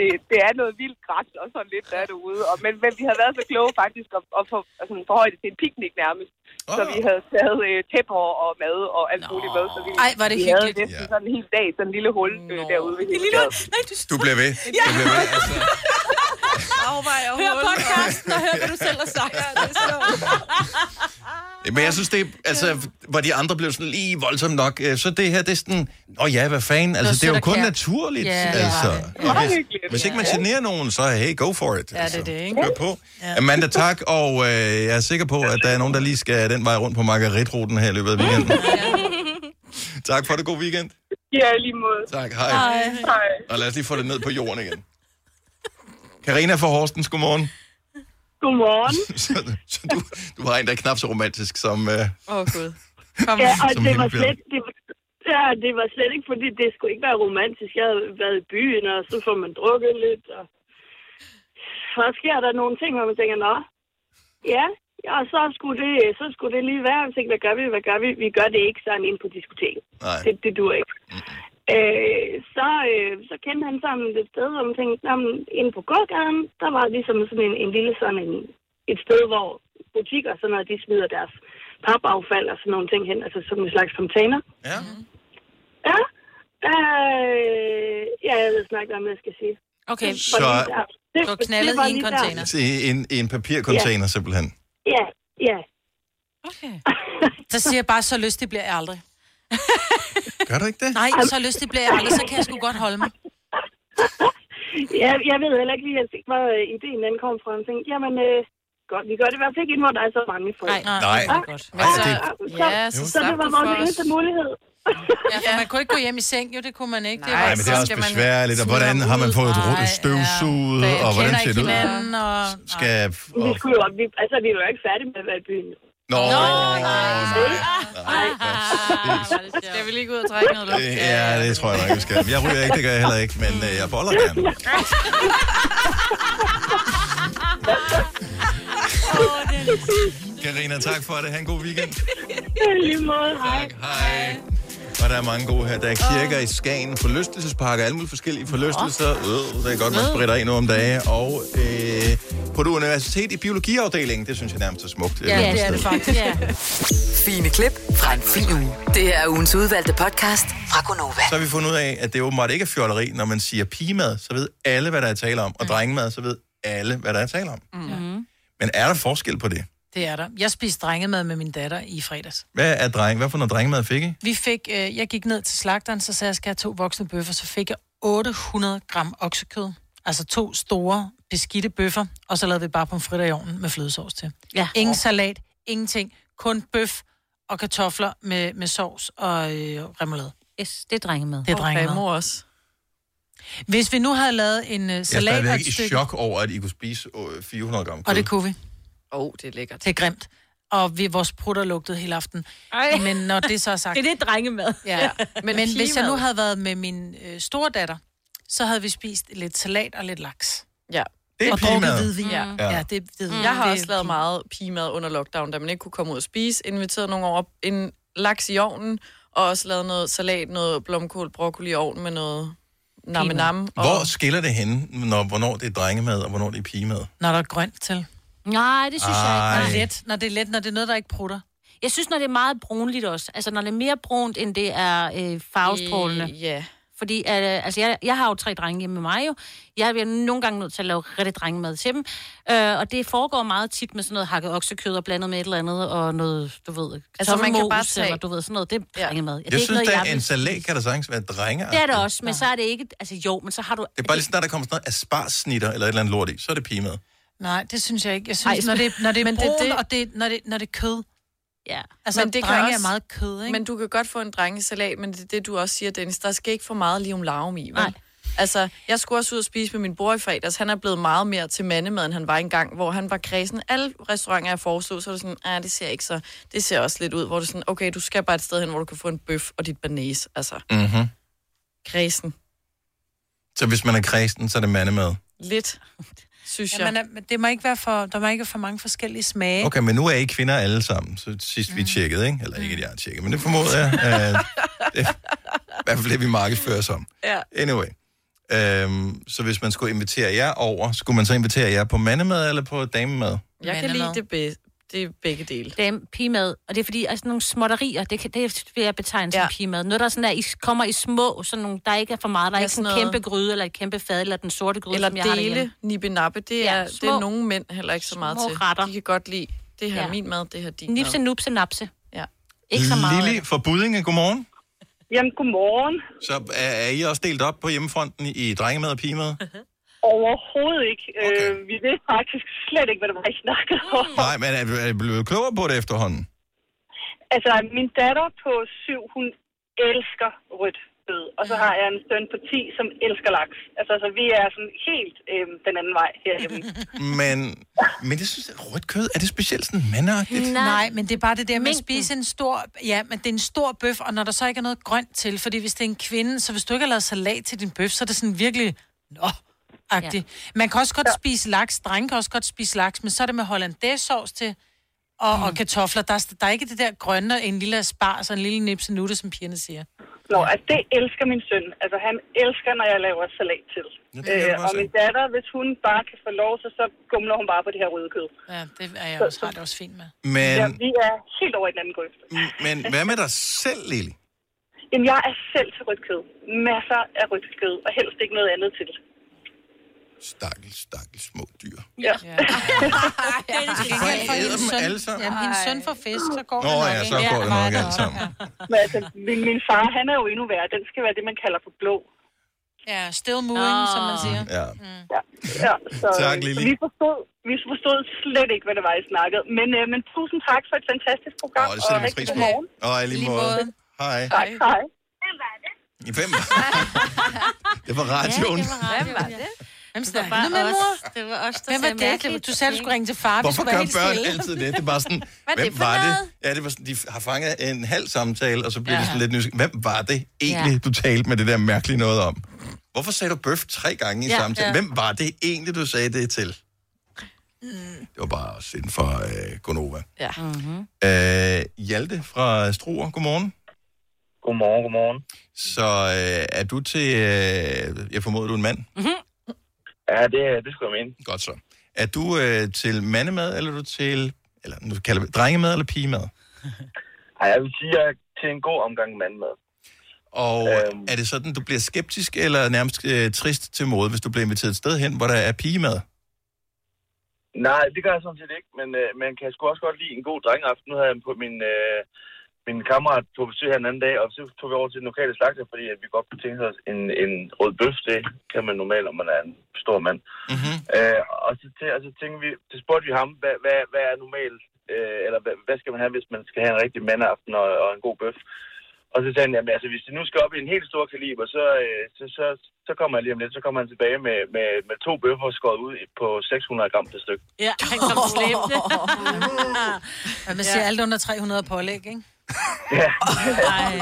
det, det er noget vildt græs og sådan lidt der er derude. Og, men, men vi havde været så kloge faktisk at, at for, altså, forhøje det til en piknik nærmest. Oh. Så vi havde taget øh, tæpper og mad og alt muligt med. Så vi, Ej, hvor er det vi hyggeligt. havde næsten sådan en hel dag, sådan en lille hul øh, derude. Ved det lille hul? Nej, du... Du bliver ved. Du bliver ved. Altså, Afvej og Hør podcasten og hør, hvad du selv har sagt. Men jeg synes, det er, altså, hvor de andre blev sådan lige voldsomt nok, øh, så det her, det er sådan, åh ja, hvad fanden, altså, Noget det er jo sødt og kun kært. naturligt, Ja, det altså. var Og Hvis, hvis ikke man generer nogen, så hey, go for it. Ja, det er det, ikke? Kør på. Amanda, tak, og øh, jeg er sikker på, at der er nogen, der lige skal den vej rundt på margaritruten her i løbet af weekenden. Tak for det, god weekend. Ja, i lige måde. Tak, hej. Hej. Hej. Og lad os lige få det ned på jorden igen. Karina fra Horsens, godmorgen. Godmorgen. så, så du, du var en, der er knap så romantisk som... Øh, Åh, oh, Gud. Kom. Ja, og Som det var, himmelbjerg. slet, det, var, ja, det var slet ikke, fordi det skulle ikke være romantisk. Jeg havde været i byen, og så får man drukket lidt, og så sker der nogle ting, hvor man tænker, nå, ja, ja, og så skulle, det, så skulle det lige være. Jeg tænkte, hvad gør vi, hvad gør vi? Vi gør det ikke sådan ind på diskoteket. Nej. Det, det dur ikke. Øh, så, øh, så kendte han sammen et sted, hvor man tænkte, jamen, inde på gågaden, der var ligesom sådan en, en lille sådan en, et sted, hvor butikker og sådan noget, de smider deres papaffald og sådan nogle ting hen, altså som en slags container. Ja. Ja, der, øh, ja, jeg ved snakket om, hvad jeg skal sige. Okay, Det var Så- lige der. Det- Du knaldet det var i en lige der. container. i en, i en papircontainer, simpelthen. Ja, ja. Så siger jeg bare, så lystig bliver jeg aldrig. Gør du ikke det? Nej, så lystig bliver jeg aldrig, så kan jeg sgu godt holde mig. Jeg, jeg ved heller ikke lige, altså, hvor øh, ideen den kom fra. Jeg tænkte, jamen, øh, godt, vi gør det i hvert fald ikke ind, hvor der er så mange folk. Nej, Nej. Ja, Nej, så, det, ja, så, så, det slap var du vores for os. eneste mulighed. Ja, for man kunne ikke gå hjem i seng, jo, det kunne man ikke. nej, Altså, men det er også besværligt, og hvordan har man fået rullet støvsuget, Ja, og hvordan ser det ud? ud? Og... Skal... Vi Og... skulle jo, vi, altså, vi var jo ikke færdige med at være i byen. Nå, Skal vi lige gå ud og trække noget luft? det- Øh, ja, det tror jeg nok, jeg skal. Jeg ryger ikke, det gør jeg heller ikke, men øh, jeg boller gerne. Karina, tak for det. Ha' en god weekend. Lige måde, hej. Hej. Og der er mange gode her. Der er kirker i Skagen, forlystelsesparker, alle mulige forskellige forlystelser. Øh, det er godt, man spritter ind nu om dagen. Og øh, på det universitet i biologiafdelingen, det synes jeg nærmest er smukt. øh, Ja, det er sted. det faktisk. Ja. Fine klip fra en fin uge. Det her er ugens udvalgte podcast fra Gonova. Så har vi fundet ud af, at det åbenbart ikke er fjolleri, når man siger pigemad, så ved alle, hvad der er tale om. Og drengemad, så ved alle, hvad der er tale om. Mm. Men er der forskel på det? Det er der. Jeg spiste drengemad med min datter i fredags. Hvad er dreng? Hvad for noget drengemad fik I? Vi fik, øh, jeg gik ned til slagteren, så sagde jeg, jeg skal jeg have to voksne bøffer, så fik jeg 800 gram oksekød. Altså to store, beskidte bøffer, og så lavede vi bare pomfritter i ovnen med flødesovs til. Ja. Ingen salat, ingenting, kun bøf og kartofler med, med sovs og øh, remoulade. Yes, det er drengemad. Det er drengemad. mor også. Hvis vi nu havde lavet en øh, Jeg er salat og stadigvæk et i stykke... chok over, at I kunne spise øh, 400 gram kød. Og det kunne vi. Åh, oh, det er lækkert. Det er grimt. Og vi, vores prutter lugtede hele aften. Ej. Men når det så er sagt... Det er det drengemad. Ja. Men, Men hvis jeg pigemad. nu havde været med min øh, store datter, så havde vi spist lidt salat og lidt laks. Ja. Det er og drukket pigemad. hvidvin. Ja. Ja. ja, det er hvidvin. Jeg har Det- også lavet meget pigemad under lockdown, da man ikke kunne komme ud og spise. Inviteret nogle over en laks i ovnen, og også lavet noget salat, noget blomkål, broccoli i ovnen med noget namme nam. Og... Hvor skiller det henne, når, hvornår det er drengemad, og hvornår det er pigemad? Når der er grønt til. Nej, det synes jeg Ej. ikke. Når det er let, når det er let, når det er noget, der ikke prutter. Jeg synes, når det er meget brunligt også. Altså, når det er mere brunt, end det er øh, farvestrålende. Øh, Ja. Fordi øh, altså, jeg, jeg har jo tre drenge hjemme med mig jo. Jeg bliver nogle gange nødt til at lave rigtig drengemad til dem. Øh, og det foregår meget tit med sådan noget hakket oksekød og blandet med et eller andet, og noget, du ved, Altså, man kan bare kartoffelmos tage- eller du ved, sådan noget. Det er drengemad. Ja. Jeg synes, noget, der er vil- en salat, kan der sagtens være drenge. Det er det også, men så er det ikke... Altså jo, men så har du... Det er bare lige sådan, når der kommer sådan noget asparsnitter eller et eller andet lort i, så er det pigemad. Nej, det synes jeg ikke. Jeg Ej, synes, når det, når det er men det er brunt, det, det- og det, når, det, når det er kød. Ja. Altså, men det drenge kan også... er meget kød, ikke? Men du kan godt få en drengesalat, men det er det, du også siger, Dennis. Der skal ikke for meget lige om larm i, vel? Nej. Altså, jeg skulle også ud og spise med min bror i fredags. Han er blevet meget mere til mandemad, end han var engang, hvor han var kredsen. Alle restauranter, jeg foreslog, så var det sådan, ah, det ser ikke så... Det ser også lidt ud, hvor det er sådan, okay, du skal bare et sted hen, hvor du kan få en bøf og dit banæs. Altså, Mm-hmm. kredsen. Så hvis man er kristen, så er det mandemad. Lidt, synes ja, jeg. men, øh, men det må ikke være for, der må ikke være for mange forskellige smage. Okay, men nu er I kvinder alle sammen, så sidst Mm. vi tjekkede, ikke? Eller ikke, at jeg har tjekket, men det formoder jeg. Øh, det, I hvert fald det, vi markedsfører som. Ja. Anyway. Øhm, så hvis man skulle invitere jer over, skulle man så invitere jer på mandemad eller på damemad? Jeg kan lide det, be- det er begge dele. Dem, pigemad. Og det er fordi, altså nogle småtterier, det, kan, det vil jeg betegne som ja. pigemad. Noget, der sådan er, I kommer i små, sådan nogle, der ikke er for meget. Der er Ja, ikke sådan en sådan noget. kæmpe gryde, eller et kæmpe fad, eller den sorte gryde, Eller som jeg har dele, derhjemme. nippe-nappe, det Ja, er, det små- er nogle mænd heller ikke så meget små til. De kan godt lide, det her er Ja. min mad, det her er din Nipse, mad. nupse, napse. Ja. Ikke så meget. Lili fra Budinge, godmorgen. Jamen, godmorgen. Så er, er I også delt op på hjemmefronten i drengemad og pigemad? Overhovedet ikke. Okay. Øh, vi vidste faktisk slet ikke, hvad det var, I snakkede om. Mm. Nej, men er, er I blevet klogere på det efterhånden? Altså, min datter på syv, hun elsker rødt kød. Og så har jeg en søn på 10, som elsker laks. Altså, så vi er sådan helt øh, den anden vej herhjemme. Men, men det synes jeg, rødt kød, er det specielt sådan mandagtigt? Nej. Nej, men det er bare det der med at spise en stor... Ja, men det er en stor bøf, og når der så ikke er noget grønt til, fordi hvis det er en kvinde, så hvis du ikke har lavet salat til din bøf, så er det sådan virkelig... Nå, ja. Man kan også godt ja. spise laks. Drenge kan også godt spise laks, men så er det med hollandaisesauce til og, mm. og kartofler. Der er, der er ikke det der grønne, og en lille aspars og en lille nipse nutte, som pigerne siger. Nå, altså, det elsker min søn. Altså, han elsker, når jeg laver salat til. Ja, det kan jeg Øh, godt og se. min datter, hvis hun bare kan få lov, så, så gumler hun bare på det her røde kød. Ja, det er jeg Så- også, har det også fint med. Men, Ja, vi er helt over i den anden grøft. men hvad med dig selv, Lili? Jamen, jeg er selv til rødt kød. Masser af rødt kød, og helst ikke noget andet til. Stakkels, stakkels små dyr. Ja. Ej, æder dem alle sammen. Jamen, hendes søn får fisk, så går Nå det nok, ja, ikke? så går det nok alt sammen. Men altså, min, min far, han er jo endnu værre. Den skal være det, man kalder for blå. Ja, still moving, oh. som man siger. Ja. Ja, så, Tak, Lili. så vi, forstod, vi forstod slet ikke, hvad det var, I snakkede. Men, øh, men tusind tak for et fantastisk program. Og det sætter vi rigtig pris god på. morgen. Og i lige måde. Hej. Tak, hej. I fem. det var radioen. Hvem var det? Hvem snakker bare du med, mor? os. Det var os, der Hvem var sagde det? mærkeligt. Du sagde, du skulle ringe til far. vi Hvorfor skulle gør være helt børn stille. altid det? Det er bare sådan, Hvad er det hvem for var noget? det? Ja, det var sådan, de har fanget en halv samtale, og så bliver ja. Ja. det sådan lidt nysgerrige. Hvem var det egentlig, Ja. du talte med det der mærkelige noget om? Hvorfor sagde du bøf tre gange i Ja, samtalen? ja. Hvem var det egentlig, du sagde det til? Det var bare sind for øh, Gonova. Ja. Mhm. Mm-hmm. Øh, Hjalte fra Struer, godmorgen. Godmorgen, godmorgen. Så øh, er du til, øh, jeg formoder, du er en mand? Ja, det, det skulle jeg mene. Godt så. Er du øh, til mandemad, eller er du til, eller nu kalder vi det drengemad eller pigemad? Ej, jeg vil sige, jeg er til en god omgang mandmad. Og øhm. er det sådan, du bliver skeptisk eller nærmest øh, trist til mode, hvis du bliver inviteret et sted hen, hvor der er pigemad? Nej, det gør jeg sådan set ikke, men øh, man kan sgu også godt lide en god drengeaften. Nu havde jeg på min, øh, min kammerat på besøg her en anden dag, og så tog vi over til den lokale slagter, fordi at vi godt kunne tænke os en, en rød bøf. Det kan man normalt, når man er en stor mand. Mm-hmm. Øh, og så, tæ- og så tænkte vi, så spurgte vi ham, hvad, hvad, hvad er normalt, øh, eller hvad, hvad skal man have, hvis man skal have en rigtig mandaften og, og en god bøf? Og så sagde han, jamen altså, hvis det nu skal op i en helt stor kaliber, så, øh, så, så, så kommer jeg lige om lidt, så kommer han tilbage med, med, med to bøffer skåret ud på 600 gram per stykke. Ja, han kom slemt. Men man siger alt under 300 pålæg, ikke? Ja.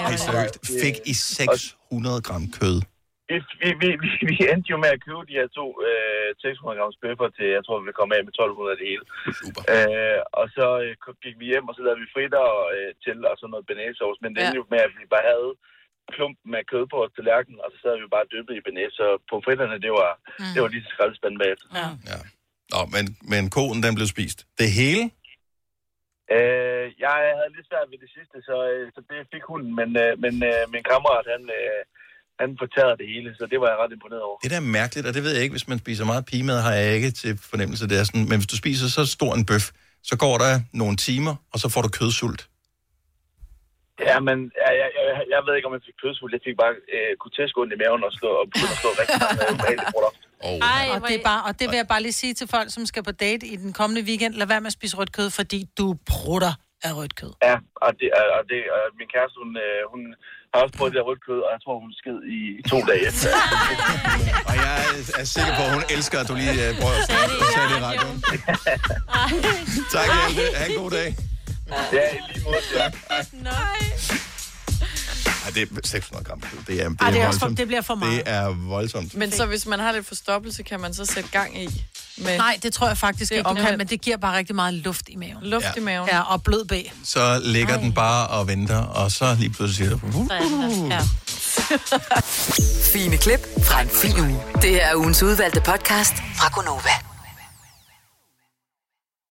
Ej, seriøst. Fik I 600 gram kød? Vi, vi, vi, vi, vi endte jo med at købe de her to øh, 600 grams bøffer til, jeg tror, vi kom af med 1200 det hele. Super. Øh, og så øh, kom- gik vi hjem, og så lavede vi fritter og, øh, til og sådan noget benæssauce, men det endte jo med, at vi bare havde klumpen af kød på vores tallerken, og så sad vi bare dyppet i benæs, så på fritterne, det var, mm. det var lige til skraldespand bagefter. Ja. Nå, men, men konen, den blev spist. Det hele? Øh, jeg havde lidt svært ved det sidste, så, øh, så det fik hunden, men, øh, men øh, min kammerat, han, øh, han fortærede det hele, så det var jeg ret imponeret over. Det der er mærkeligt, og det ved jeg ikke, hvis man spiser meget pigemad, har jeg ikke til fornemmelse, det er sådan, men hvis du spiser så stor en bøf, så går der nogle timer, og så får du kødsult. Ja, men ja, jeg, jeg, jeg ved ikke, om jeg fik kødsfuld. Jeg fik bare øh, grotesk ondt i maven og, slå, og begyndte at slå rigtig mange øh, ubehagelige produkter. Oh. Ej, og, det er bare, og det vil jeg bare lige sige til folk, som skal på date i den kommende weekend. Lad være med at spise rødt kød, fordi du prutter af rødt kød. Ja, og, det, og, og, det, og min kæreste, hun, øh, hun har også prøvet det der rødt kød, og jeg tror, hun sked i, i to dage efter. Og jeg er sikker på, at hun elsker, at du lige øh, prøver at tage det i radioen. Tak, Hjalte. Ha' en god dag. Ja, i lige måde. Ja. Nej. Ej, det er 600 gram. kød. Det er, det er, Ej, det er også for- voldsomt. det bliver for meget. Det er voldsomt. Men så hvis man har lidt forstoppelse, kan man så sætte gang i? Med Nej, det tror jeg faktisk Det er ikke, du kan, omvendt. men det giver bare rigtig meget luft i maven. Luft Ja. i maven. Ja, og blød bag. Så ligger den bare og venter, og så lige pludselig siger du... Ja. Fine klip fra en fin uge. Det her er ugens udvalgte podcast fra Gonova.